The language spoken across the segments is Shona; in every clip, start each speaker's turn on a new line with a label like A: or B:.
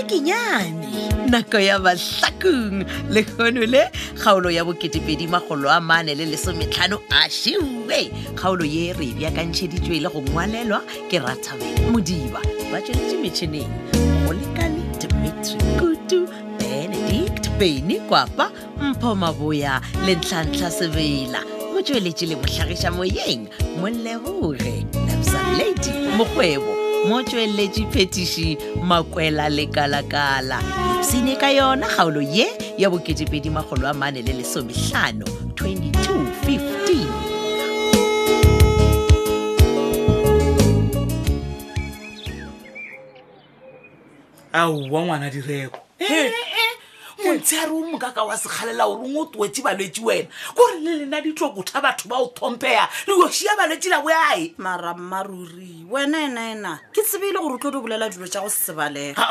A: ganyenyane nako ya mahlakong lekgono le kgaolo ya bo2edimagolo a mane le lesometlhano a šiwe kgaolo ye re bjakantšheditšwe le go ngwalelwa ke rathabeng modiba ba tsweletše metšhineng go lekane dimitri kutu benedict beny kwapa mpho maboya le ntlhantlha sebela motsweletše le mohlagiša moyeng moleboge lapsa lady mokgwebo mo tsweletše phetiši makwela lekalakala ipsene ka yona kgaolo ye ya bo2edimagolo a mane le lesomehlano 2215
B: aowa ngwana direko
C: Eh, montshegare o mokaka wa sekgalela gore ngwe o toetse balwetse wena kore le lena di tlo kotha batho ba o tlhompheya le osia balwetse la boae
D: mara mmaruri wena ena ena ke tsebeile gore o tlo di bolela dilo tja go se sebalega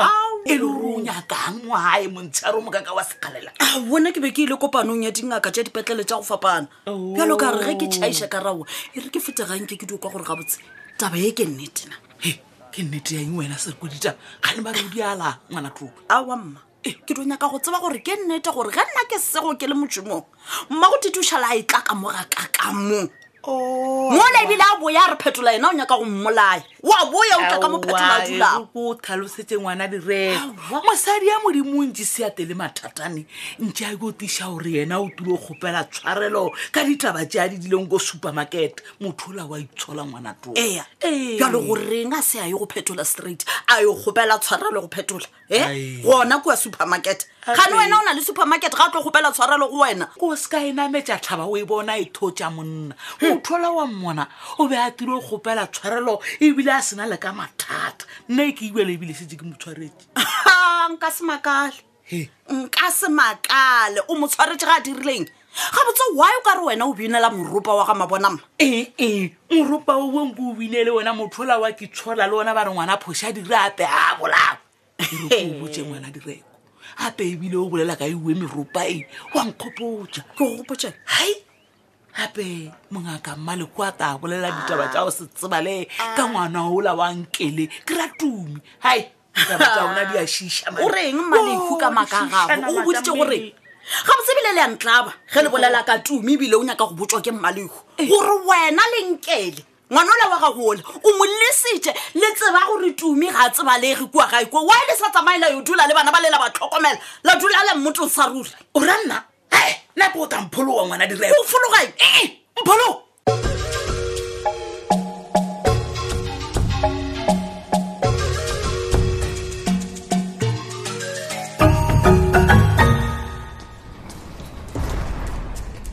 C: e le gore o nyakang ngwae montshegare o mokaka wa sekgalela
D: wena ke be ke ile kopanong ya dingaka tja dipetlele tja go fapana bjalo ka re ge ke tšhaiša karabo e re ke fetegang ke ke di kwa gore ga botse taba ye ke nnetena
C: he ke nnete yang wena serekodita ga le bare o diala ngwana tlope
D: awa mma E, ke do nyaka go tseba gore ke nnete gore ga nna ke sego ke le motšomong mma go titušhala a e tla ka moga kaka mo
C: Oh,
D: mola ebile a boya a re phetola ena o nyaka go mmolaya oa boya o tla ka mo phetola a dulago
C: o tlhalosetse ngwana direko mosadi ya modimong je seate le mathatane ntse a ko tiša gore yena o tulo kgopela tshwarelo ka ditaba tse a di dileng ko supermarket motho ola wa itshola ngwana too
D: ea jalo goreng a se a ye go phetola straight a yo kgopela tshwarelo go phetola e
C: Ai.
D: gona kua supermarket gane wena o na le supermarket ga a tlo kgopela tshwarelo go wena
C: o seka e nametša tlhaba o e bona e thotša monna mothola wa mmona o be a tile go kgopela tshwarelo ebile a sena le ka mathata nna e ke ibele ebile setse ke motshwaretse
D: Ha, nka se makale
C: He.
D: nka se makale o mo tshwaretse ga a dirileng ga botse wy o ka re wena o binela moropa wa ga mabonama
C: ee ee moropa Eh, o bong ke o bine le wona mothola wa ke tshola le ona ba re ngwana phoša dire ape a bolawa ere ko o botse ngwana direko gape ebile o bolela ka iwe meropa e wa nkgopotša
D: ke go gopotse
C: hai gape mongaka mmaleko a ka bolela ditaba tsa go se tsebale ka ngwana ola wa nkele ke ratumi hai ditaba tsa ona di a šiša
D: o reng malehu ka maka gago o boditse goreng ga botse ebile le yantlaba ge le bolela ka tumi ebile o nyaka go botswa ke mmalehu gore wena lenkele ngwana ola wa gagola o mo lesitše le tseba gore tumi ga a tsebalege kua gae kua wy le sa tsamaela yo dula le bana ba lela ba tlhokomela la dula le mmotong sa ruri
C: o ra nna hai nape o tampholo wa ngwana direko
D: o fologae
C: ee mpholo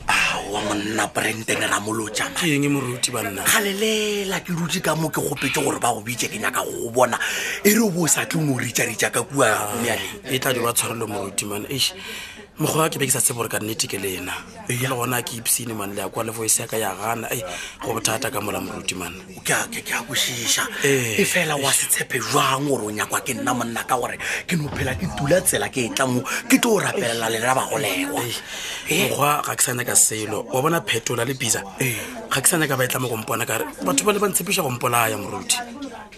C: aowa monna branden ramolotjama
E: ke eng moruti banna
C: galelela ke rutse ka mo ke gopetse gore ba go bitse ke nyaka go go bona e re o bo o sa tlong o ritsaritsa ka kua mealeng
E: e tla di ba tshwarelo moruti man e mokgwa wa ke be ke sa tsebe gore ka nnete ke le ena le gona ke ipsene man le ya kwa le voice yaka ya gana e go bothata ka mola moruti man
C: ke a- ke- ke a kwešiša
E: Eh.
C: e fela wa se tshepe jang gore o nyakwa ke nna monna ka gore ke no phela ke tula tsela ke e tlamo ke tlo o rapelela lena bagolegwa Eh.
E: mokgwa ga ke sa nyaka selo wa bona phetola le bisa ga ke sa nyaka ba e tla mo gompona kare batho ba le ba ntshepiša gompolaya moruti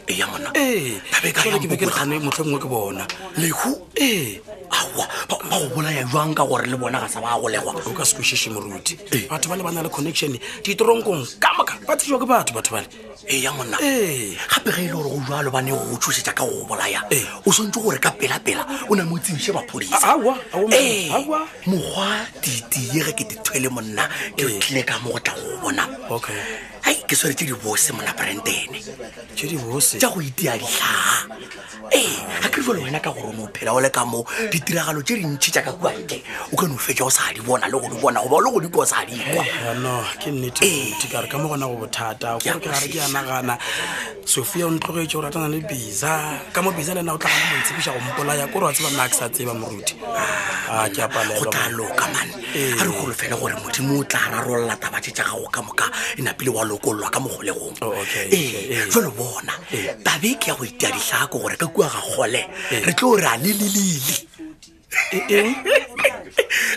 C: eya mona
E: ee
C: Ba be ka
E: jwale ke be ke re
C: yang
E: gane motlho ngwe ke bona
C: lehu
E: ee
C: aa ba ba go bolaya jang ka gore le bona ga sa ba golegwa
E: o ka se kwešiše moruti
C: Ee.
E: batho ba le ba na le connection ditoronkong ka moka ba tsejwa ke batho batho bale
C: eya monna
E: ee
C: gape ge e le gore go jalo bane go tshosetša ka go go bolaya
E: Eh.
C: o swantse gore ka pelapela o ne mo tsebiše baphodisa
E: Aowa, aowa, monna,
C: ee
F: Eh.
E: aowa.
C: mokgwa ditie ge ke di thwele monna ke
E: Eh.
C: tlile ka mo go tla go bona
E: Okay.
C: ai ke swere tse di bose mona brandene
E: ke dibose
C: tša go itea ditlhaga ee ga ke jalo wena ka gore o ne o phela o le ka moo ditiragalo tse dintšhi tša ka kuante o ka no fetsa go sa di bona le go di bona goba le go di kwa sa di kwa
E: ano ke nnete moruti ka re ka mo gona go bothata
C: Ke a
E: gore ke gare ke
C: kwešiša.
E: anagana sophia o ntlogetse o ratana le bisa ka mo bisa le ena o tlagana montsepiša go mpolaya kore wa tseba nna a ke sa tseba moruti a ke
C: go tla
E: apalelwa
C: loka mane
E: Ee.
C: ga re golofele gore modimo o tla rarolola tabatše tša gago ka moka e napile wa lokololwa ka mogolegong
E: Oh, okay, okay,
C: ee
E: ee.
C: jalo bona tabe ke ya go itea ditlhako gore ka kua ga gole re tlo re a lelelele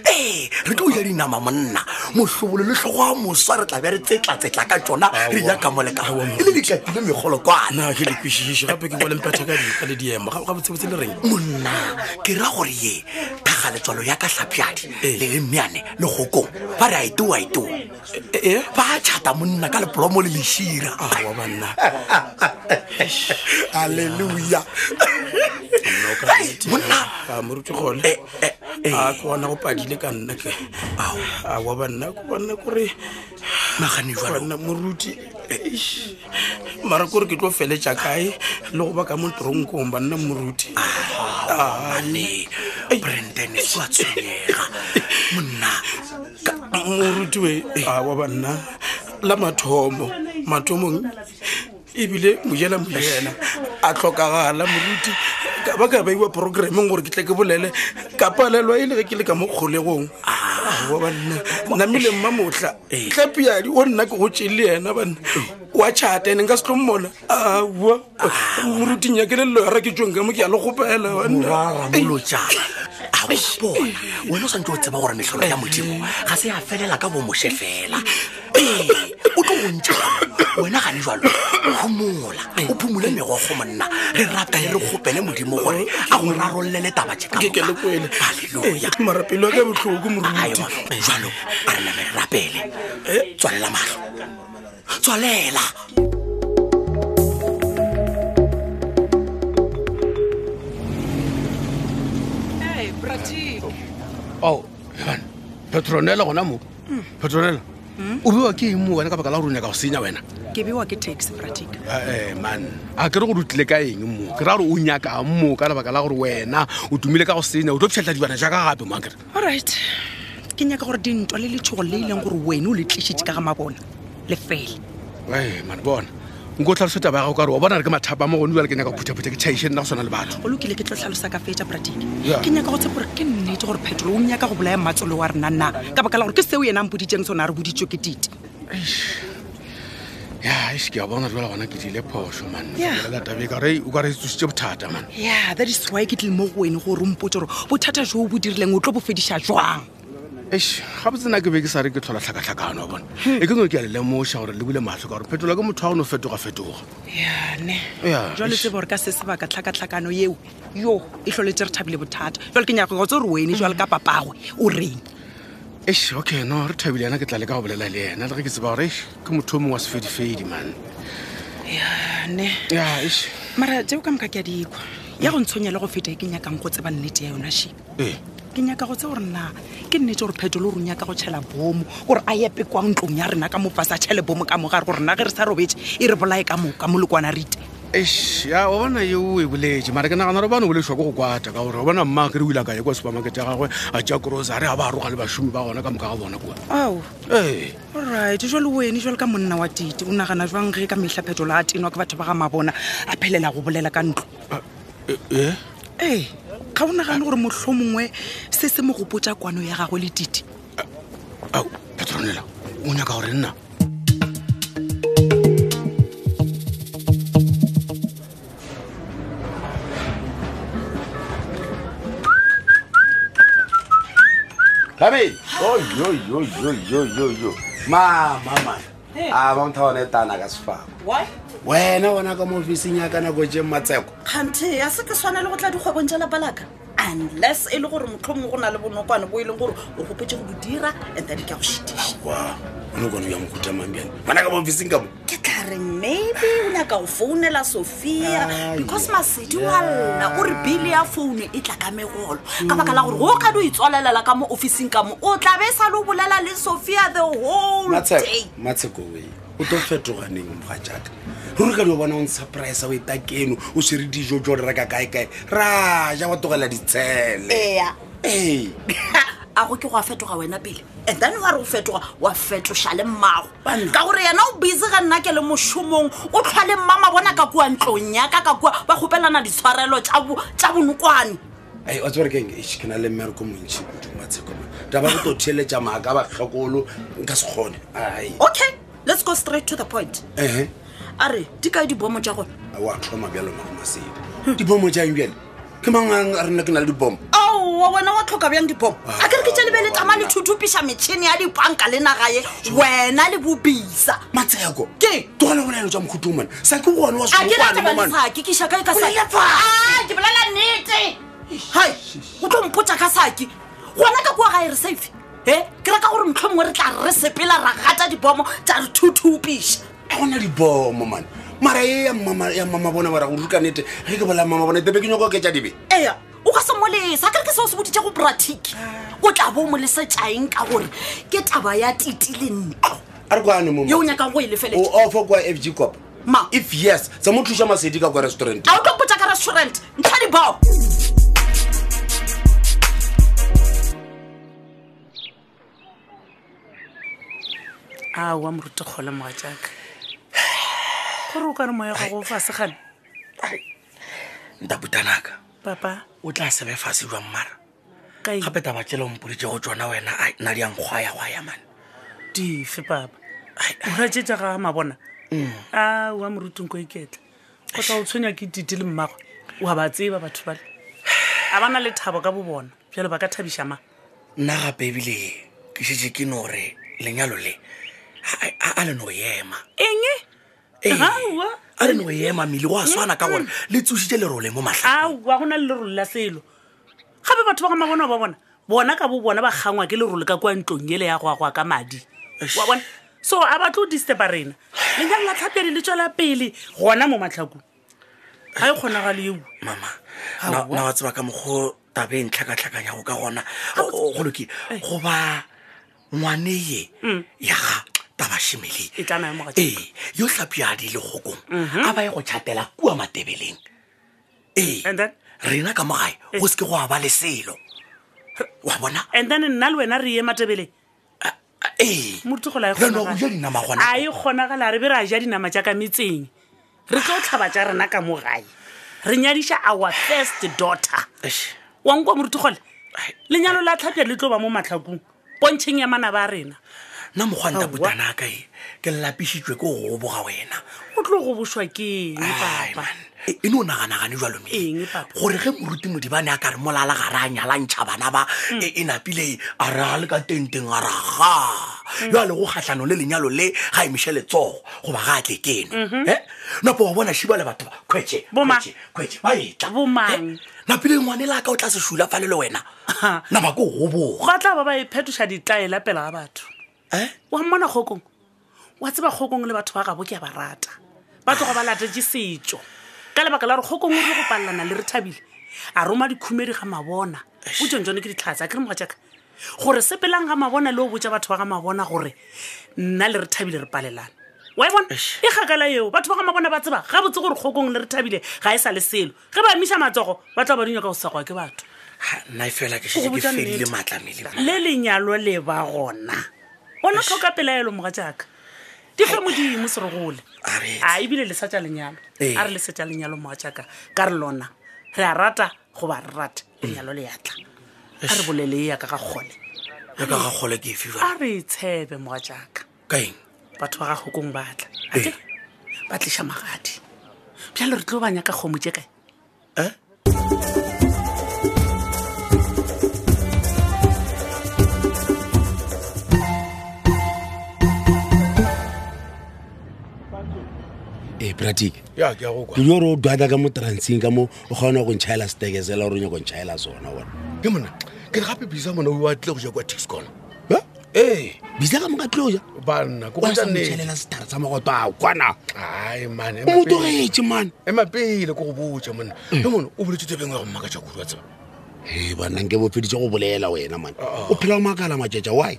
C: ee re tlo ja dinama monna
F: motlhobolo le tlhogo a moswa re tlabe re tsetlatsetla ka tsona re yaka moleka e le lekatile megolo kwana
E: na ke le kwešiše gape ke bole mphetha ka di- ka le diemo ga botsebotse le reng
F: monna ke ra gore ye thaga letswalo ya ka tlhapiadi le le mmeane le gokong ba re a ito a ito
E: E,
F: ba tšhata monna ka lepolomo le lešira
E: awa banna
F: halleluja monna
E: a Ah, moruti gole
F: Eh, eh, eh.
E: a ke bona go padile ka nna ke Ah, awa banna ke bona kore
F: nagane jalo
E: banna moruti eish. mara kore ke tlo feletša kae le go ba ka mo toronkong banna moruti
F: Ah,
E: Ah,
F: ane branden o a tshwenyega monna
E: Ka- moruti we awa banna la mathomo mathomong ebile mojela mojela a tlhokagala moruti ka ba ka baiwa programmeng gore ke tle ke bolele ka palelwa e le ge ke le ka mo kgolegong awa banna namileng mamotlha tlapiadi o nna ke go tsele le ena banna wa tšhata ene nka se tlo mmola awa moruting ya ke lelora ke tsweng ka mo ke ya le gopela banna
F: moraramolojana a o
E: Eh.
F: bona wena o santse o tseba gore metlholo ya modimo ga se ya felela ka bomoshe fela
E: Eh.
F: ee o tlo go ntšhana wena gane jalo phomola
E: Eh.
F: o phumole megogo monna re rata e re kgopele modimo gore a go rarollele taba tše ka
E: ke ke le kwele Eh.
F: moka. Haleluya.
E: marapelo a ka botlhoko moruti
F: aiwa jalo a re name re rapele
E: Eh.
F: tswalela matlho tswalela
G: ao ebane petronela gona mo petronela o bewa ke eng mo wena ka baka la gore o nyaka go senya wena
H: ke bewa ke tax pratic
G: ee Eh, man a kere gore o tlile ka eng mo ke ra gore o nyakang mo ka lebaka la gore wena o tumile ka go senya o tlo phitlhatlha dibana jaaka gape mo akere
H: alright ke nyaka gore dintwa le letshogo le e leng gore wena o le tlisitse ka ga mabona le fele
G: ee Eh, man bona nko o tlhalosetsa baga o ka re wa bona re ke mathapa mo gone jale ke nyaka go phuthaphutha ke chaiše nna go tshwana le batho
H: go lokile ke tlo tlhalosa ka fetsa pratic
G: Yeah.
H: ke nyaka go tshepa gore ke nnete gore phetolo o nyaka go bolaya matsolo wa rena na ka baka la gore ke seo yena a mpoditseng sone a re boditswe ke tite
G: ya ese ke a bona jala gona ke dile phoso man
H: Yeah.
G: latabe ka re o ka re e tsositse bothata man
H: ya that is why ke tlile mo go wene gore o mpotse gore bothata jo o bo dirileng o tlo bo fediša jwang
G: eish gabotse nna ke be ke sa re ke tlhola tlhakatlhakano wa bona e ke no ke a le lemoša gore le bule matlho ka gore phetola ke motho a o ne o fetoga-fetoga
H: yane
G: Yeah,
H: jalo
G: eish.
H: tsebo gore ka se sebaka tlhakatlhakano yeo yo e tlholetse re thabile bothata jalo ke nyaka go tse gore wene jalo ka papagwe o reng
G: eish okay no re thabile yana ke tla le ka go bolela le ena le ge ke tseba gore eish ke motho o mongwe wa sefedifedi man
H: yane
G: ya eish
H: mara tseo ka moka ke a dikwa ya go ntshonya le go feta e ke nyakang go tseba nnete ya yona she
G: ee
H: ke nyaka go tse gore na ke nnete gore phetolo gore o nyaka go tšhela bomo gore a epe kwa ntlong ya rena ka mofa sa tšhele bomo ka mogare gore na ge re sa robetse e re bolae ka moka molekwana rite
G: eish ya wa bona eo e boletse mara ke nagana gore bane o boleswa ke go kwata ka gore wa bona mmaa kere o ile a kaye kwa supermarket ya gagwe a ja grosary a ba aroga le bašomi ba gona ka moka ga bona kua
H: ao
G: ee
H: olright jalo wene jalo ka monna wa tite o nagana jwang ge ka metlha phetolo a tenwa ke batho ba ga mabona a phelela go bolela ka ntlo
G: ee
H: ee ga o nagane gore motlho mongwe se se mo gopotsa kwano ya gagwe le tite
G: ao petronela o nyaka gore nna
I: Gabe. Oy oy oy oy oy oy oy. Mama mama. Ah ba mthawana etana ka sifako.
D: why
I: Wena wona ka mo ofising ya kana go je matseko.
D: kganthe ya se ke tshwana le go tla dikgwebong tsa lapalaka unless e le gore motlho mongwe go na le bonokwane bo e leng gore o gopetse go bo dira and then ke a go šitiša
E: wa one kone ya mokhuta mambiane bana ka bofising ka mo
D: ke tla re maybe o nyaka go founela sophia because masedi wa lla o re bile ya founu e tla ka megolo ka baka la gore go ka di o itswalelela ka mo officing ka mo o tlabe e sa le o bolela le sophia the whole day
I: Matseko matseko we. O tlo fetoganeng mwa jaaka. Ruri ka di o bona o nsurprise o eta keno o shiri dijo jo re reka kae kae. Ra ja wa togela ditsele.
D: ea
I: Eh.
D: a go ke go a fetoga wena pele and then wa re go fetoga wa fetoša le mmago ka gore yena o busy ga nna ke le mošomong o tlhwa le mmama bona ka kua ntlong yaka ka kua ba gopelana ditshwarelo tša bo- tša bonokwane
I: ai wa tsebare keng eish ke na le mmereko montšhi kudu matsheko ma taba go tlo theletša maaka bakgakolo nka se kgone ai
D: okay let's go straight to the point
I: ehe
D: a re di kae dibomo tja gona
I: wa thoma bjalo magomasedi dibomo jang bjale ke mang a reng- a re nna ke na le dibomo
D: Oh, aowa wena wa tlhoka bjang dibomo a kere ke tše lebeletša tšhama le thuthupiša metšhini ya dipanka le nagae wena le bobisa
I: matsheko
D: Ke?
I: togana bolalelo tsa mokhutu mane sa ke gone wa
D: a ke
I: sekwane mo
D: ratabale
I: mane.
D: saki ke šaka e ka Saki.
I: Bolela fa-
D: Ah, ke bolela nnete hai o tlo mpotsa ka saki gona ka kua gae re safe e ke reka gore motlho mongwe re tla re sepela ra gata dibomo tsa re thuthupiša
I: a gona dibomo mane mara e ya mama ya mama bona bara go ruka nete ge ke bola mama bona tebe ke nyako oketsa dibe
D: ee o ka se molesa ka re ke seo se boditse go bratiki o tla bo o molesa tšaeng ka gore ke taba ya titi le ntlo
I: a re kwane mo
D: yo o
I: Matsheko.
D: nyakang go e lefeletše
I: o offer kwa fg cop
D: Ma.
I: if yes sa mo thuša masedi ka kwa restaurant
D: a o tlo potsa ka restaurant ntlha dibao
H: aowa moruti kgole moga jaaka gore o ka re moya gago o fase gane
C: ntaputanaka
H: papa
C: o tla sebe fase jwa mmara
H: ka eng?
C: gape taba tsela ompoditse go tsona wena ai, nna di a nkgwayagwaya mane
H: dife papa ora tse tsa ga mabona
C: Mm.
H: aowa moruting ko iketla go tla o tshwenya ke tite le mmagwe wa ba tseba batho bale a ba na le thabo ka bo bona bjalo ba ka thabiša mang
C: nna gape ebile ke šetse ke no re lenyalo le a- a- a le no ema
H: eng
C: Ee,
H: Aowa.
C: a le no ema mmele go a swana ka gore le tsošitše lerole mo matlha
H: aowa go na le lerolo la selo gape batho ba ga mabona ba bona bona ka bo bona ba kgangwa ke lerolo ka kwa ntlong ele ya go a go a ka madi wa bona so a batlo o distepa rena lenyalo la tlhapedi le tswela pele gona mo matlhakong ga e kgonagale eo
C: mama
H: Aowa.
C: na na wa tseba ka mokgo tabe ntlhakatlhakanyago ka gona go loki
H: Ee.
C: goba ngwane ye ya ga tabashimele
H: Mm. E Mm-hmm. tsamaya mo ga
C: ee yo tlhapi a di legokong a ba ye go tšhatela kua matebeleng ee
H: And then? Ee.
C: rena ka mo gae go se ke go a ba le selo wa bona
H: and then nna le wena re ye matebeleng
C: ee
H: morutigola
C: Re no go ja dinama gona.
H: a e kgonagala re be re a ja dinama jaaka metseng re tlo tlhaba tja rena ka mo gae re nyadiša our first daughter
C: Eish.
H: wankwa morutigole lenyalo la tlhapia le tlo ba mo matlhakong pontšheng ya mana ba rena
C: nna mokgwanta
H: Aowa.
C: putanaka e ke lapišitšwe ke go boga wena
H: o tlo go boswa ke eng
C: Ai,
H: papa
C: man. E- e ne o naganagane jalo
H: Eng,
C: mme
H: papa?
C: gore ge moruti modibane a ka re molala ga re a nyalantšha bana ba
H: Mm.
C: e e napile a re a le ka tenteng a
H: Mm.
C: raga yo a le go kgatlhano le lenyalo le ga e emiše letsogo goba ga a tle keno e napo wa bona šiba le batho ba kgwetše
H: Mm-hmm. Bo mang?
C: kgwetše, kgwetše ba etla
H: Bo mang?
C: napile ngwane le a ka o tla se šula fa le le wena naba ke o goboga
H: go tla ba ba ephetoša ditlaela pela ga batho wa mmona kgokong wa tseba kgokong le batho ba gabo ke a ba rata ba tlogo ba latetse setso ka lebaka la gore kgokong o re go palelana le re thabile a roma dikhumedi ga mabona o tsontsone ke ditlhatsa ke re moga jaaka gore sepelang ga mabona le o botsa batho ba ga mabona gore nna le re thabile re palelana wa e bona e kgakala eo batho ba ga mabona ba tseba ga botse gore kgokong le re thabile ga e sa le selo ge ba emiša matsogo ba tla ba dinyaka go sagwa ke batho
C: nna e fela ke
H: Ke go
C: šee ke
H: botša
C: fedile
H: nnete.
C: maatlamele
H: le lenyalo le ba gona ona tlhoka pelaelo moga jaaka di fe modimo se re gole
C: Aretse.
H: a ebile le sa tša lenyalo
C: Ee.
H: a re le sa tša lenyalo moga jaaka ka re lona re a rata goba re rate lenyalo le yatla a re bolele e yaka ga kgole
C: ya ka ga kgole ke efe jwa
H: a re tshebe moga jaaka
C: ka eng
H: batho ba gagokong batla
C: Ee.
H: Akere? ba tliša magadi bjale re tlo ba nyaka kgomo tje kae
I: ee pratic
E: ya ke ya go
I: ke
E: kwa
I: dio gore o dwata ka mo transeng ka mo o kgona go ntšhaela setekesela gore o nyako ntšhaela sona one
E: ke mona ke re gape bisa mona o atle go ja kwa tiscon
I: ee bisa ka moka tloja
E: banna ko
I: osa
E: gotanee
I: motšhelela setara sa magoto a kwana
E: ai mane
I: o motogetse mane
E: ema pele ko go botja monna e mone o boletse tebeng ya go mmaka ja kudu wa tseba
I: e bannang ke bofeditse go bolela wena mane
E: Ah, ah.
I: o phela o makala matšetša wy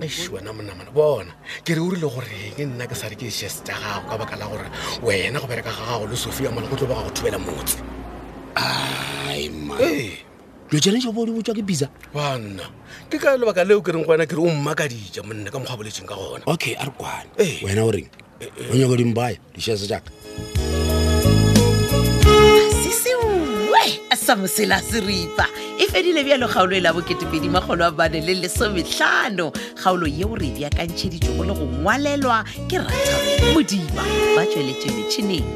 E: eish wena monnamana bona ke re o rile goreng nna ke sare ke šes tja gago ka baka la gore wena go bereka ga gago le sofia mona go tlo ba ga go thubela motse
I: ai ma
E: ee
I: dilo tšane jo bo di botswa ke bisa
E: banna ke ka lebaka leo ke reng go wena ke re o mmakadija monna ka mokgwa boletseng ka gona
I: okay a re kwane
E: Ee.
I: wena o reng o nyako dimbaya dišhese jaaka
A: sesewe a sa mosela seripa e fedile bjalo kgaolo e la boketepedi magolo a bane le lesometlhano kgaolo yeo re beakantšheditšego le go ngwalelwa ke rata modiba ba tsweletše metšhineng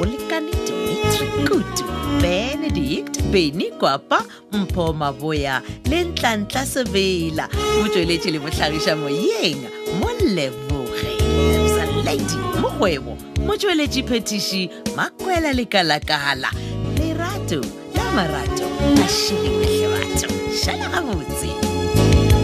A: go lekane dimitri kutu benedict beny kwapa mpho maboya le ntlantla sebela o tsweletše le motlhagiša moyeng mo leboge Lebza lady mokgwebo motsweletši phetiši makwela lekalakala lerato la marato a šhelekahle batho šala gabotse